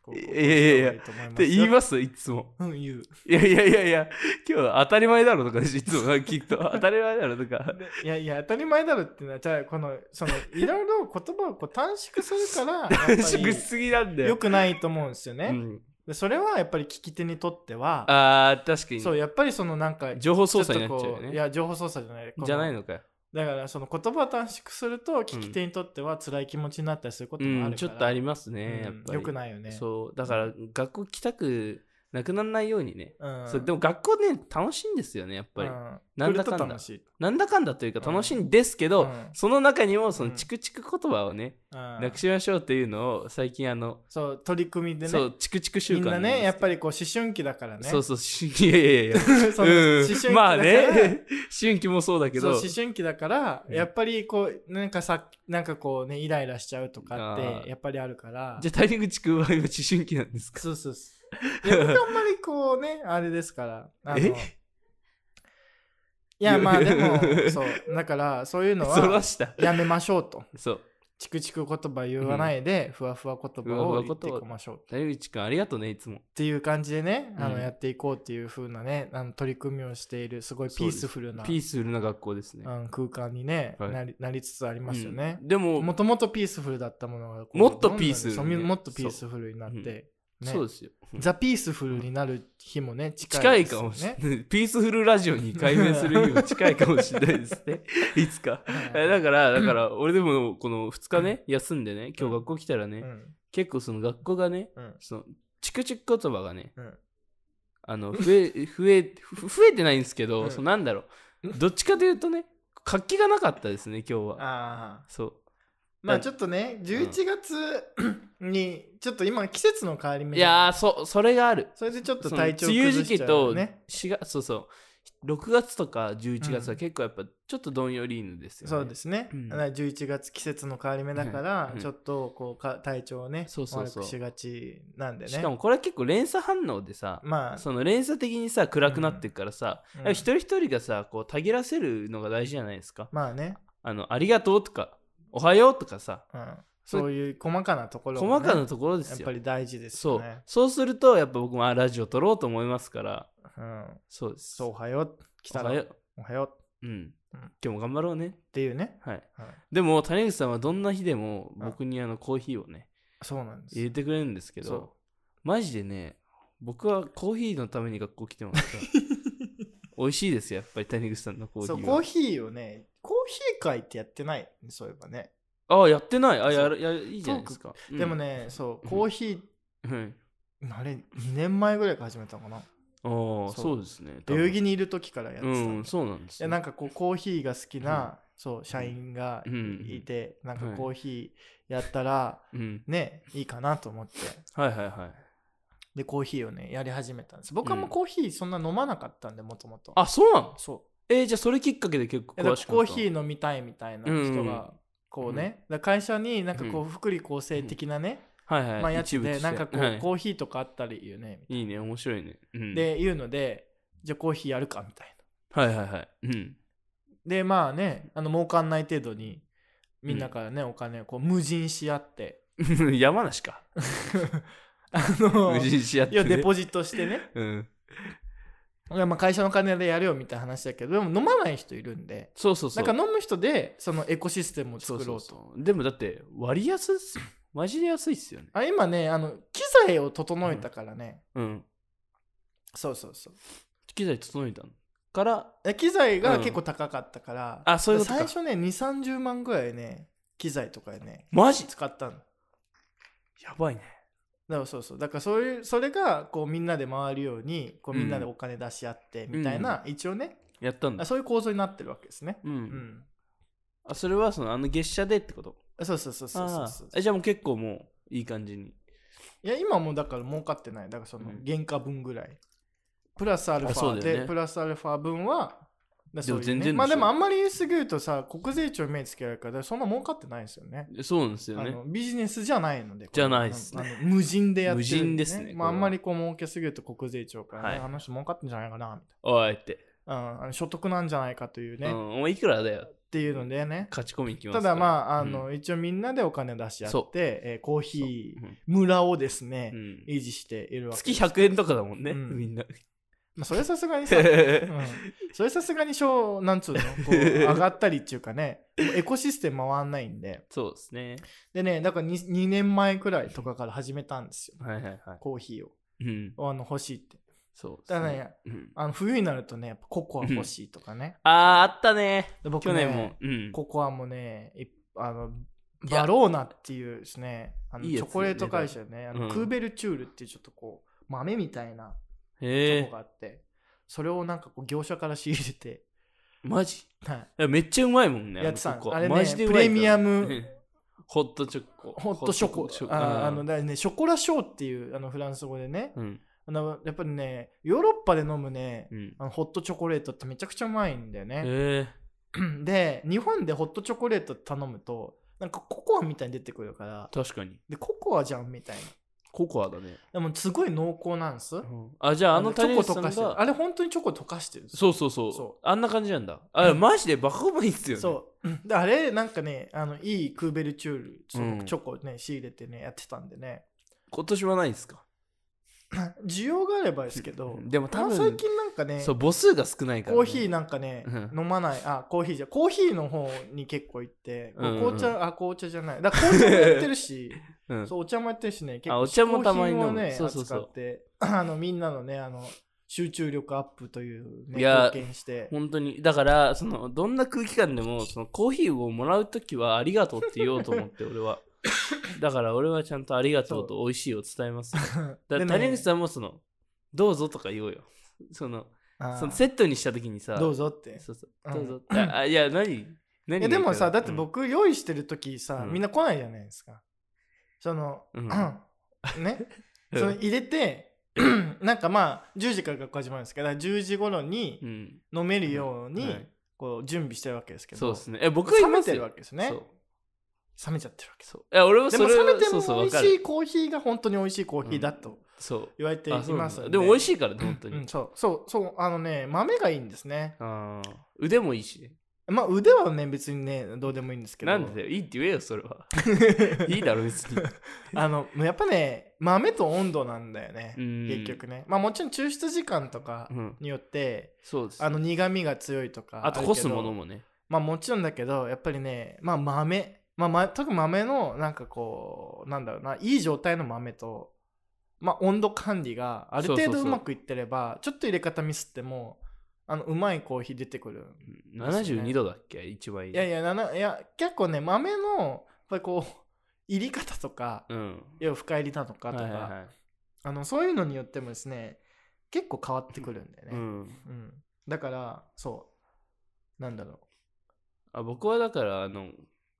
C: こうこう
B: いやいやいや
C: こうした方がいい
B: っ
C: と思います
B: て
C: よ
B: 言いますいつも。
C: うん、言う。
B: いやいやいやいや、今日は当たり前だろとかでしょいつもなんかきっと当たり前だろとか。
C: でいやいや、当たり前だろっていうのは、じゃあ、この、その、いろいろ言葉をこう短縮するから、やっぱ
B: 縮す ぎなんだ
C: り
B: よ。
C: 良くないと思うんですよね。
B: うん、
C: でそれはやっぱり聞き手にとっては、
B: あー確かに
C: そう、やっぱりそのなんか、
B: 情報操作に
C: ち
B: な
C: ょ
B: っ
C: っ
B: ちゃう
C: と
B: よ
C: こうい
B: ね。
C: や、情報操作じゃない。こ
B: じゃないのかよ。
C: だから、その言葉を短縮すると、聞き手にとっては辛い気持ちになったりすること
B: う
C: もあるから、
B: ん、ちょっとあります
C: す
B: ね、やっぱり。
C: よくないよね。
B: そう、だから学校来たくなくならないようにね。
C: うん。
B: そうでも学校ね、楽しいんですよね、やっぱり。
C: うん
B: なんだかんだ
C: 来ると楽しい。
B: なんだかんだというか
C: うん
B: 楽しいんですけど、
C: うん
B: その中にもそうの
C: ん
B: チクチク言葉をね、
C: うん
B: なくしましょうっていうのを最近あの、
C: そう、取り組みでね。
B: そう、チクチク習
C: み
B: 慣
C: んな
B: に
C: ね、やっぱりこう思春期だからね。
B: そうそう、し いやいやいや。うん
C: その思春期だから
B: まあね、思春期もそうだけ
C: そう
B: ど、
C: 思春期だから、
B: うん
C: やっぱりこうなんかさなんかこうねイライラしちゃうとかっ
B: あー
C: てやっぱりあるから
B: じゃあ谷口くんは今思春期なんですか
C: そうそうそういや僕あんまりこうねあれですからあの
B: え
C: いやまあ
B: い
C: で
B: や
C: もそうだからそういうの
B: そら
C: は
B: した。
C: やめましょうと
B: そう。
C: チクチク言葉言わないで、ふわふわ言葉を言っていきましょうっ
B: 谷口くんありがとうね、いつも。
C: ていう感じでね、あ
B: う
C: の
B: ん
C: やっていこうっていう風なねあの取り組みをしているすごいピースフルな、
B: ピースフルな学校ですね。
C: うん空間に、ね
B: はい
C: なりなりつつありますよね。
B: うんでも、
C: もともとピースフルだったものがこう
B: もっとピースフル
C: どんどんそう
B: ね
C: もっとピースフルになっ
B: そ
C: て、
B: う
C: ね
B: そうですよ。
C: ザ・ピースフルになる日もね近
B: 近い
C: いです
B: か
C: よ
B: も
C: ね
B: しれない。ピースフルラジオに改名する日も近いかもしれないです ね。いつか。えだから、だから、俺でも、この2日ね、休んでね、今日学校来たら
C: う
B: ね、
C: ん
B: 結構その学校がね、
C: うん
B: その、チクチク言葉がね、
C: うん
B: あの、増え、 増え、ふ増えてないんですけ
C: う
B: ど、
C: ん
B: そのなんだろう、どっちかというとね、活気がなかったですね、今日は。
C: ああ
B: そう。
C: まあちょっとね11月にちょっと今季節の変わり目
B: いやー、そ、それがある。
C: それでちょっと
B: その梅
C: 体調
B: 雨
C: 崩
B: 時期
C: しちゃうよ
B: と
C: ね
B: 4月そうそう6月とか11月
C: う
B: は
C: ん
B: 結構やっぱちょっとどんよりんですよね、
C: そうですね、
B: うん
C: だから11月季節の変わり目だから、
B: うん
C: ちょっとこうか体調をね
B: そうそうそう
C: 悪くしがちなんでね
B: しかもこれは結構連鎖反応でさ、
C: まあ
B: その連鎖的にさ暗くなっていくからさ、
C: うん
B: やっぱ一人一人がさこうたぎらせるのが大事じゃないですか、
C: まあね、
B: あのありがとうとかおはようとかさ
C: うん、そういう細かなところも
B: 細
C: ね
B: かなところです
C: やっ
B: よ
C: ぱり大事です
B: そ
C: よ
B: う
C: ね。
B: そうするとやっぱ僕もあラジオ撮ろうと思いますから
C: そう。ん。
B: そうです
C: そう、おはよう。来た
B: おは
C: ら
B: よ、
C: おはよう。
B: ううん今日も頑張ろうね
C: っていうね。
B: はい
C: はい
B: でも谷口さんはどんな日でも僕にあのコーヒーをね
C: そうなんです
B: 入れ
C: よ。
B: てくれるんですけ
C: そう
B: どマジでね僕はコーヒーのために学校来て ますから美味しいですよやっぱり谷口さんのコーヒ
C: そう、
B: ー
C: コー
B: は
C: ヒーをね、コーヒー会ってやってない、そういえばね。
B: ああやってないあやるやいいじゃないですか、うん
C: でも、ね、そう、
B: うん
C: コーヒ
B: はい、
C: ー、あれ、2年前ぐらいから始めたのかな。
B: ああ
C: そう
B: そうですね
C: 代々木にいる時からやって
B: 多
C: た
B: 分
C: の。
B: うん
C: い
B: そうなんです
C: や
B: ね、
C: なんかこう、コーヒーが好きな、そう、社員が
B: うん
C: いて、なんか
B: はい
C: コーヒーやったら、
B: うん
C: ね、いいかなと思って。
B: はいはいはい
C: で、コーヒーをね、やり始めたんです。僕はもうコーヒーそんな飲まなかったんで、もともと。
B: あそうなの
C: そう。
B: えー、じゃあそれきっかけで結構
C: え
B: 詳
C: だか
B: し
C: ら
B: く
C: コーヒ
B: ー
C: ー飲みたいみたいな人がこう
B: うん
C: ね、だから会社になんかこ
B: う
C: う福利厚生的なね、
B: はいはい、
C: まあ、やつ
B: 一部と
C: で
B: して
C: なんかこ
B: は
C: う
B: い、
C: コーヒーとかあったらいいよね、
B: いいね面白いね、うん、
C: でいうのでじゃあコーヒーやるかみたいな
B: はいはいはいうん
C: でまあねあの儲かんない程度にみんなからね、お金をこう無尽し合って
B: 山梨か。
C: あの
B: 無人しやって、
C: 要は
B: ね。
C: デポジットしてね
B: うん。
C: いやまあ会社の金でやるよみたいな話だけどでも飲まない人いるんで
B: そうそうそ
C: な
B: う。
C: んか飲む人でそのエコシステムを
B: そ
C: 作
B: う
C: ろうと
B: そうそう。でもだって、割安っすよ。マジで安いっすよね。
C: あ今ねあの機材を整えたからね、
B: うん。
C: そうそうそう
B: 機材整えたの。から、
C: え機材が
B: うん
C: 結構高かったから、
B: あそういうことか
C: 最初ね2 3 0万ぐらいね機材とかね
B: マジ
C: 使ったのだか
B: やばいね。
C: らそうそうだからそういうそれがこうみんなで回るようにこう
B: うん
C: みんなでお金出し合ってみたいな、一応ね
B: やったん
C: あ
B: だ。
C: そういう構造になってるわけですね
B: うん。
C: うん、
B: あ、それはその、あの月謝でってこと
C: そうそうそうそうそうそう
B: あーえじゃあもう結構もう、いい感じに。
C: いや今もうだから儲かってないだからその
B: うん
C: 原価分ぐらいプラスアルフ
B: あそう
C: ァ
B: だよ
C: で、
B: ね
C: プラスアルファ分はだからそういうね
B: 全然でしょ
C: まあでもあんまり言いすぎるとさ国税庁に目つけられるからだからそんな儲かってないですよね
B: そうなんですよ
C: あ
B: ね。
C: のビジネスじゃないので
B: じゃないっすね
C: ね無人でやってるん
B: 無人ですねこれは
C: まあ、あんまりこう儲けすぎると国税庁から、ね
B: はい
C: あの人儲かってんじゃないかなみたい
B: おいって。
C: な、うん、あの所得なんじゃないかというね、
B: うん、お前いくらだよ。
C: っていうのでね、
B: 勝ち込みいきます
C: た
B: から
C: だまああ
B: う
C: の、
B: ん
C: 一応みんなでお金出し合っ
B: そう
C: て、えーコーヒー
B: うん
C: 村をですね、
B: うん
C: 維持しているわけ
B: 月100円とかだもんね、
C: うん
B: み んな。
C: まあ、それさすが にさ、うん、それさすがにしょうなんつうのこう上がったりっていうか ねエコシステム回んないんで
B: そうですね。
C: でねだから 2, 2年前くらいとかから始めたんですよ
B: はいはいは
C: コーヒー
B: い。うん。
C: をあの欲しいって
B: そうですね。
C: だからね
B: うん
C: あの冬になるとねやっぱココア欲しいとかね、
B: あー、あったね。
C: で僕
B: 去
C: ね
B: 年も。うん。
C: ココアもねいあの
B: いや
C: バローナっていうですねあの
B: いいや
C: チ
B: つ
C: ョコレート会社ねあ
B: う
C: の、
B: ん
C: クーベルチュールっていうちょっとこう豆みたいなチ
B: へ
C: ョコ
B: え
C: があって、それをなんかこう業者から仕入れて、
B: マジい
C: はい、
B: やめっちゃうまいもんね。
C: やってたん
B: あのココア
C: あれね
B: マジでうまいから
C: プレミアム。
B: ホットチョコ。
C: ホットショコ
B: チョ
C: ああの、だからね、ショコラショーっていうあのフランス語でね、
B: うん。
C: あのやっぱりねヨーロッパで飲むね、
B: うん。
C: あのホットチョコレートってめちゃくちゃうまいんだよね、
B: へえ。
C: で日本でホットチョコレート頼むとなんかココアみたいに出てくるから
B: 確かに。
C: でココアじゃんみたい
B: ココアだね。
C: なでもすごい濃厚なんです、
B: あ、じゃああの
C: チ
B: タ
C: ョ
B: レ
C: コ
B: ントさ
C: 溶
B: ん
C: かしてるあ
B: が。
C: れ本当にチョコ溶かしてるんです
B: そうそうそう。
C: そ
B: あんな感じなんだ。あ、マジでバカうまいっすよね。
C: そうであれなんかねあのいいクーベルチュールそ
B: うん
C: のチョコね、仕入れてねやってたんでね
B: 今年はないんすか
C: 需要があればですけど
B: でも多
C: まあ
B: 分、
C: 最近なんかね
B: そう、母数が少ないからね。
C: コーヒーなんかね、
B: うん
C: 飲まないあコーヒーじゃコーヒーの方に結構行って、
B: うんうん
C: 紅茶あ紅茶じゃないだから紅茶もやってるし
B: うん。
C: そうお茶もやってるしね結
B: あお茶もたまに飲む
C: 嗜好品をね
B: そうそうそう
C: 扱って あのみんなのねあの集中力アップという、ね、
B: いや
C: 貢献して
B: 本当にだからそのどんな空気感で もそのコーヒーをもらう時はありがとうって言おうと思って俺は だから俺はちゃんとありがとうと美味しいを伝え ますよだから谷口
C: ん
B: さんもそのどうぞとか言おうよそのそのセ
C: ッ
B: ットにした時にさ
C: どうぞって
B: そうそう
C: うん
B: どうぞ、 ああいや何何
C: いやでもさだって、
B: が
C: 僕用意してる時さ、
B: うん
C: みんな来ないじゃないですかその、
B: うん
C: ね
B: いいか
C: その
B: うん
C: 入れて なんかまあ10時から学校始まるんですけど10時頃に
B: うん
C: 飲めるよう
B: は
C: に
B: い
C: こう準備してるわけですけど、
B: そうですねえ僕
C: 冷
B: いま
C: め
B: す
C: て
B: よ
C: るわけですね
B: そう
C: 冷めちゃってるわけです
B: そういや俺も
C: で
B: そ
C: も
B: れは
C: 冷めて
B: そうそう
C: も
B: わ
C: 美味
B: か
C: し
B: る
C: いコーヒーが本当に美味しいコーヒーだと
B: そう
C: 言われてい
B: あそうな
C: ま
B: ん
C: す
B: だ
C: の
B: でも美味
C: しい
B: しいからね本当に、
C: うん、そうそうそうあのね豆がいいんですね
B: あー腕もいいしね
C: まあ腕はね別にねどうでもいいんですけど
B: なんでだよいいって言えよそ れはいいだろ別に
C: あのやっぱね豆と温度なんだよね
B: うん
C: 結局ねまあもちろん抽出時間とか
B: うん
C: によって
B: そうです
C: あの苦味が強いとか
B: あと
C: るけ
B: 干
C: ど
B: すものもね
C: まあもちろんだけどやっぱりねまあ豆まあ、ま特に豆のなんかこうなんだろうないい状態の豆とまあ温度管理がある程
B: そうそう
C: 度
B: そう
C: うまくいってればちょっと入れ方ミスってもあのうまいコーヒー出てくる
B: うん72度だっけ一番いい
C: いやいやなないや結構ね豆のやっぱりこう入り方とか
B: うん
C: いや深入りだとか
B: はい
C: とか、
B: はいはい
C: あのそういうのによってもですね結構変わってくるんだよね、
B: うん
C: うんだからそうなんだろう
B: あ僕はだからあの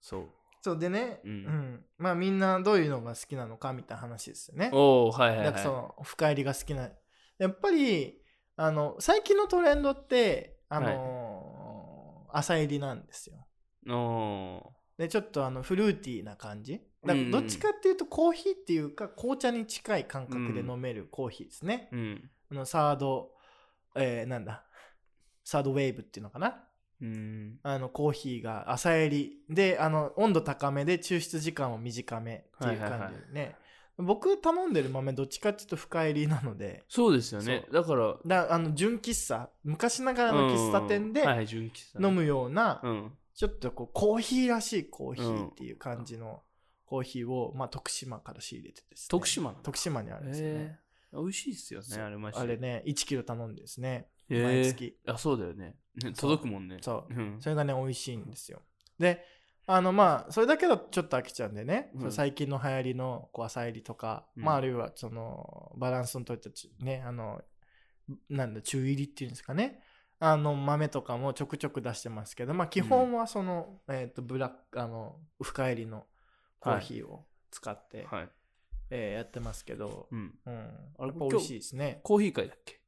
B: そう
C: そうでね、
B: う
C: うんんまあみんなどういうのが好きなのかみたいな話ですよね。
B: おおはいはい
C: なん
B: は
C: か
B: い
C: その深入りが好きなやっぱりあの最近のトレンドってあのー浅入りなんですよ。
B: お
C: でちょっとあのフルーティーな感じだ
B: うんう
C: か
B: ん
C: らどっちかっていうとコーヒーっていうか紅茶に近い感覚で飲めるコーヒーですね
B: ー。うん
C: あのサード、えーなんだサードウェーブっていうのかな
B: うん
C: あのコーヒーが朝入りであの温度高めで抽出時間も短めっていう
B: はいはいは
C: 感
B: い
C: じでね、僕頼んでる豆どっちかっていうと深入りなので
B: そうですよね
C: そう
B: だから
C: だあの純喫茶昔ながらの喫茶店
B: うんはいは
C: で
B: い純喫茶ね
C: 飲むような、
B: うん
C: ちょっとこうコーヒーらしいコーヒーっていう感じのコーヒーを、まあ、徳島から仕入れてですね
B: 徳島
C: 徳島にあるんですよね
B: へ、ー美味しいっすよね
C: そう
B: あれま
C: あれね1キロ頼んでですね
B: 毎
C: 毎
B: 月
C: 月
B: あそうだよねね
C: そう
B: 届くもんね
C: そ
B: うん
C: それがね美味しいんですよであのまあそれだけだとちょっと飽きちゃうんでね、
B: うん
C: その最近の流行りのこう浅入りとか、
B: うん
C: まああるいはそのバランスのとったちねあのなんだ中入りっていうんですかねあの豆とかもちょくちょく出してますけどまあ基本はその、えっ、とブラックあの深入りのコーヒーを使って、
B: はい
C: えーやってますけど、
B: うん
C: うん、
B: あれ
C: やっぱ美味しいですね
B: コーヒー会だっけ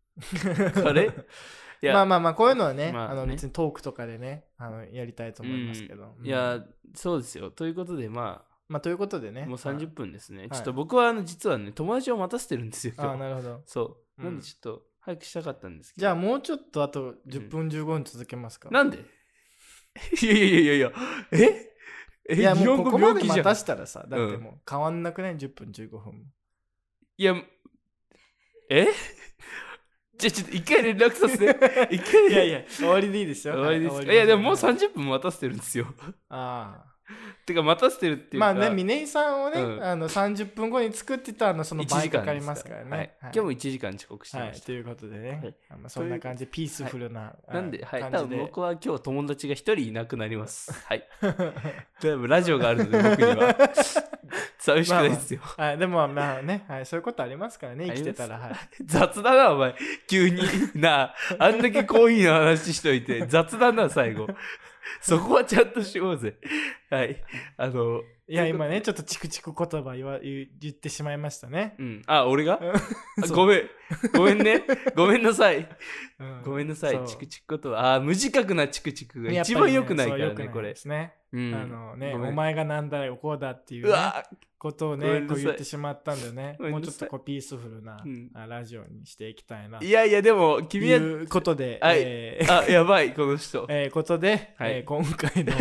B: あ れいや
C: まあまあまあこういうのはね,、
B: まあ
C: あ、の
B: ね
C: 別にトークとかでねあのやりたいと思いますけど、うん
B: いや、そうですよ。ということで、ま
C: まあ、ということで
B: あ、
C: ね。
B: もう30分ですね。
C: い
B: ちょっと僕は、あの、実はね、友達を待たせてるんですよ。
C: あ
B: 今
C: あ、
B: 日
C: なるほど。
B: そう。
C: うん
B: なんで、ちょっと、早くしたかったんですけど。
C: じゃあ、もうちょっとあと10分15分続けますか。
B: なんで いやいやいやいやええ
C: いや
B: 日
C: も
B: 本語
C: うここま
B: 病
C: で
B: 気じ
C: 待
B: ゃ
C: た
B: ん
C: したらさだってもう変わんなくない10分15分
B: いやえじゃあちょっと一回連絡させて 一回
C: いやいや終わりでいいですよ
B: 終わりです
C: は
B: かいやでももう
C: 終わり
B: 30分待たせてるんですよ
C: ああ
B: てか待たせてるっていう
C: ま
B: か
C: あね峰井さんをね、
B: うん
C: あの30分後に作ってたあのその
B: 1
C: 倍
B: 時
C: か
B: 間
C: かり
B: で
C: ますからね、
B: はい今日も1時間遅刻して
C: はい
B: ま、した
C: ということでね、
B: はい
C: あまあそんな感じでピースフルな、あ
B: なんで、はい、
C: 感
B: 多
C: じ
B: 分
C: で
B: 僕は今日友達が一人いなくなり ます。はい。多分ラジオがあるので僕に は寂しくないですよ。
C: はい、でもまあね、はい、そういうことありますからね生きてたら、はい、
B: 雑だな、お前。急に。なあ、あんだけコーヒーの話しといて、雑だな、最 後。そこはちゃんとしようぜ。はい。あの、
C: いや
B: ということ
C: 今ねちょっとチクチク言葉言わ言言ってしまいましたね、
B: うん。あ、俺があ
C: そう
B: ごめん。ごめんね。ごめんなさい。
C: うん
B: ごめんなさ
C: そ。
B: いうチクチクことは。あー、無自覚なチクチクが
C: やっぱ
B: 一
C: りね
B: 番良くないか
C: そう
B: ら
C: 良く
B: ね、これ
C: で。すね、
B: うん。
C: あのね
B: ごめん
C: お前がなんだよこうだっていう,、
B: うわ
C: ことを
B: ごめ
C: ね
B: んな
C: こ
B: さ
C: う
B: い
C: 言ってしまったんでね
B: ごめん
C: も
B: なさいう
C: ちょっとこうピースフルな、
B: うん
C: あラジオにしていきたいなと
B: いやいや、でも、君は、
C: いうことで、
B: はい
C: えー
B: あ、やばい、この人。
C: えーことで、
B: はい
C: えー今 回の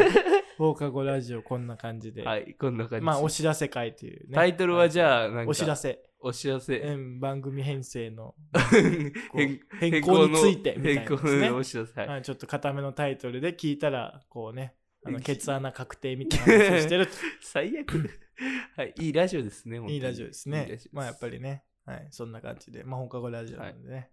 C: 放課後ラジオこんな感じで、
B: はい、こんな感じ。
C: まあお知らせ会というね
B: タイトルはじゃあ、なんか、
C: お知らせ、
B: お知ら
C: う
B: せ。
C: ん、番組編成のこう
B: 変
C: 変更についてみたいな
B: 変
C: で
B: 更
C: すね
B: のお知らせ。はい
C: はい、ちょっと固めのタイトルで聞いたらこうねあの
B: うん
C: ケツ穴確定みたいな話をして ると
B: 最 悪。はい、いいラジオですね、本当に
C: いいラジオですね
B: いいラジオ
C: まあやっぱりね、はい、そんな感じで、まあ、放課後ラジオなんでね、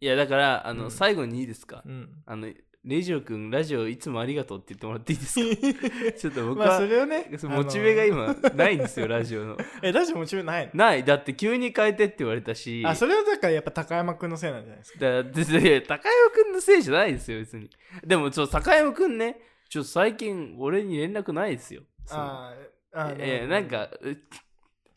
B: いや、だから、あの、
C: うん
B: 最後にいいですか、
C: うん
B: あの、レジオくん、ラジオいつもありがとうって言ってもらっていいです かちょっと僕は、
C: まあそれをね
B: そうモチベが
C: あの
B: 今、ないんですよ、ラジオの。
C: えラジオモチベないの
B: ない。だって、急に変えてって言われたし。
C: あそれはだからやっぱ高山君のせいなんじゃないですか
B: だ っていや高山くんのせいじゃないですよ別にでもちょっと高山くんねちょっと最近俺に連絡ないですよその
C: あーあー
B: ええなん、かう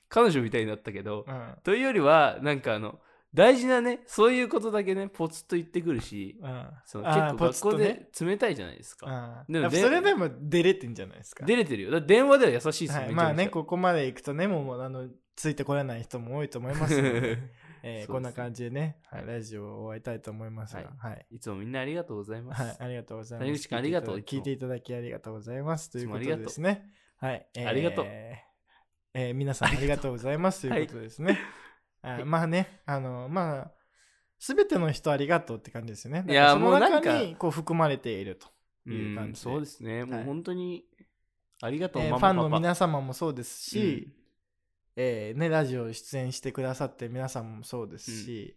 B: 彼女みたいになったけど
C: るほどうん
B: というよりはなんかあの大事なねそういうことだけねポツッと言ってくるし
C: うん
B: その
C: あー
B: 結構
C: ポツ
B: 学
C: ッと
B: 校
C: ね
B: で冷たいじゃないですか、
C: うん
B: でも
C: やっぱ
B: で
C: それでも出れてんじゃないですか。
B: 出れてるよだって電話では優しいですよ、
C: はい、
B: めちゃ
C: まあ
B: めちゃ
C: ね、ここまで行くとね、もうもうあのついてこれない人も多いと思いますの で、えー
B: そうですね
C: こんな感じでね、はい、
B: はい
C: ラジオを終えたいと思いますが、はい。はい
B: いつもみんなありがとうございます、
C: ありがとうございます。
B: 谷口君ありがとう
C: 聞いていただきありがとうございます。と
B: い
C: い
B: つ
C: う
B: も
C: ことでですね。はい、えー
B: ありがとう
C: えー皆さんありがとうございますということですね。あ
B: はい
C: まあね、あの、まあ、すべての人ありがとうって感じですよね。
B: いやー
C: その
B: もう
C: 中
B: なん
C: にこう含まれていると。
B: う
C: いう感
B: ん
C: じで
B: そうですね、も
C: は
B: う
C: い
B: 本当にありがとう、
C: えー
B: マ
C: ファ
B: マ
C: ンの
B: パパ
C: 皆様もそうですし、
B: うん
C: えーね、ラジオ出演してくださって皆さんもそうですし、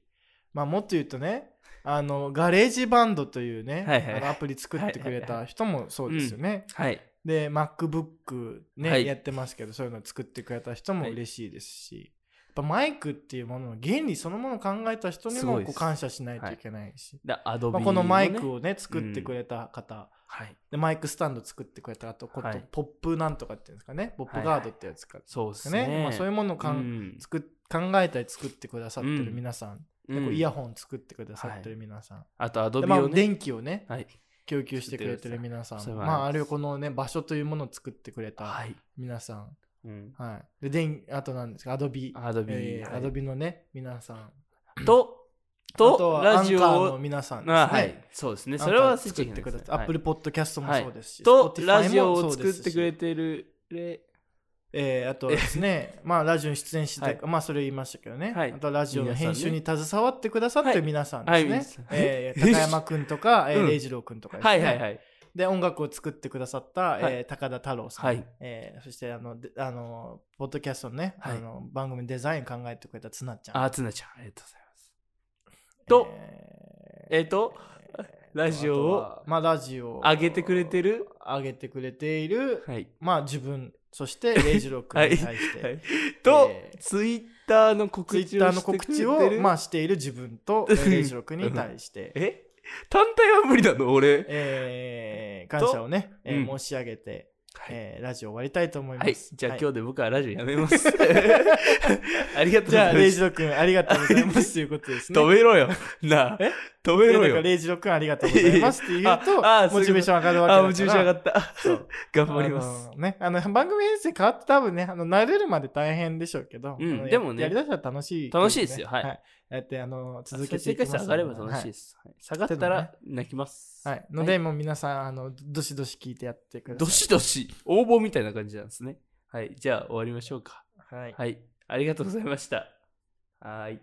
C: まあ、もっと言うとね あのガレージバンドというね、
B: はいはいはい
C: あのアプリ作ってくれた人もそうですよね、
B: はい
C: で MacBook、ね
B: はい
C: やってますけどそういうの作ってくれた人も嬉しいですし、やっぱマイクっていうものの原理そのものを考えた人に
B: すご
C: も
B: いで
C: こう
B: す
C: 感謝しないといけないし、
B: だアドビ
C: まあ、このマイク
B: を、
C: をね作ってくれた方、
B: はい、
C: でマイクスタンド作ってくれたあとこと、
B: はい
C: ポップなんとかっていうんですかねポップガードってやつか、
B: そうです
C: ね
B: ね
C: まあ、そういうものをかん、
B: うん
C: 作っ考えたり作ってくださってる皆さん、
B: う
C: で
B: ん
C: こうイヤホン作ってくださってる皆さん、
B: あとアド
C: で
B: ビ
C: まあ、
B: をね、
C: 電気をね
B: はい
C: 供給してくれてる皆さん、
B: そうなんです
C: まあ、あるいはこのね場所というものを作ってくれた
B: はい、
C: 皆さん、
B: うん、
C: はい、で電あと何ですかアドビ
B: アドビ、
C: えー
B: はい
C: アドビのね皆さん
B: と
C: あと
B: と
C: は
B: ラジオ
C: アンカーの
B: を
C: 皆さんですね、
B: あはいそうですねそれは捨
C: 作
B: て
C: っ
B: ちゃいけ
C: てく
B: ない
C: だ
B: です
C: さアップルポッドキャストもそうですし、
B: と
C: Spotify も
B: ラジオを
C: そうで
B: 作っ
C: すして
B: くれてるれ
C: えーあとはですね、まあラジオに出演してた、
B: はい
C: まあそれ言いましたけどね、
B: はい
C: あとラジオの編集に携わってくださってる皆さん
B: は
C: で
B: い
C: すね、
B: はい皆さん
C: えー高山くんとか、えー
B: うん
C: 礼二郎くんとかですね、
B: はいはいはい
C: で音楽を作ってくださった、
B: はい
C: えー高田太郎さん、
B: はい
C: えーそしてあのであのポッドキャストのね、
B: はい
C: あの番組デザイン考えてくれたつなちゃん、
B: あつなちゃんありがとうございますと
C: えー
B: えっ、とラジオ
C: あと
B: を
C: はまあラジオを
B: 上げてくれてる
C: 上げてくれている、
B: はい
C: まあ自分 そして礼二郎くんに対して、
B: はいと、
C: えー
B: ツイッターの告
C: ツイ
B: 知
C: ッタ
B: を
C: ーの
B: して
C: 告
B: くれて
C: 知
B: る
C: を、まあ、している自分と、えー
B: うん
C: レイジロ君に対して、
B: え単体は無理なの俺
C: えー感謝をね、えー
B: うん
C: 申し上げて、
B: はい
C: えーラジオ終わりたいと思いま
B: はい。
C: す。
B: じゃあ、
C: はい
B: 今日で僕はラジオやめます。 ありがとうご
C: じゃ
B: ざ
C: あ、
B: いま
C: レイ
B: す
C: ジ。ロ君、ありがとうございますということですね。
B: 止めろよ。なあ
C: え。
B: 止め
C: で
B: ろ
C: だから
B: よ。
C: 0時6分ありがとうございますって言う と
B: ああそういうこと
C: モチベーション上がるわけだか
B: あ、
C: ら
B: モチベーション上がった。
C: そう
B: 頑張ります。
C: あのね、あの番組編成変わって多分ねあの慣れるまで大変でしょうけど、
B: うん
C: あのや
B: でもね
C: やりだしたら楽しい、
B: 楽しいですよはい
C: やってあの
B: 続
C: 続け
B: け
C: て
B: て
C: い
B: い
C: き
B: き
C: ます
B: 上がれば楽しい
C: は
B: で
C: い、
B: す。はい下がったら泣きます。
C: はいので、もう皆さんあのどしどし聞いてやってください
B: どしどし、応募みたいな感じなんですね。はい、じゃあ終わりましょうか。
C: はい
B: はい、ありがとうございました。はーい。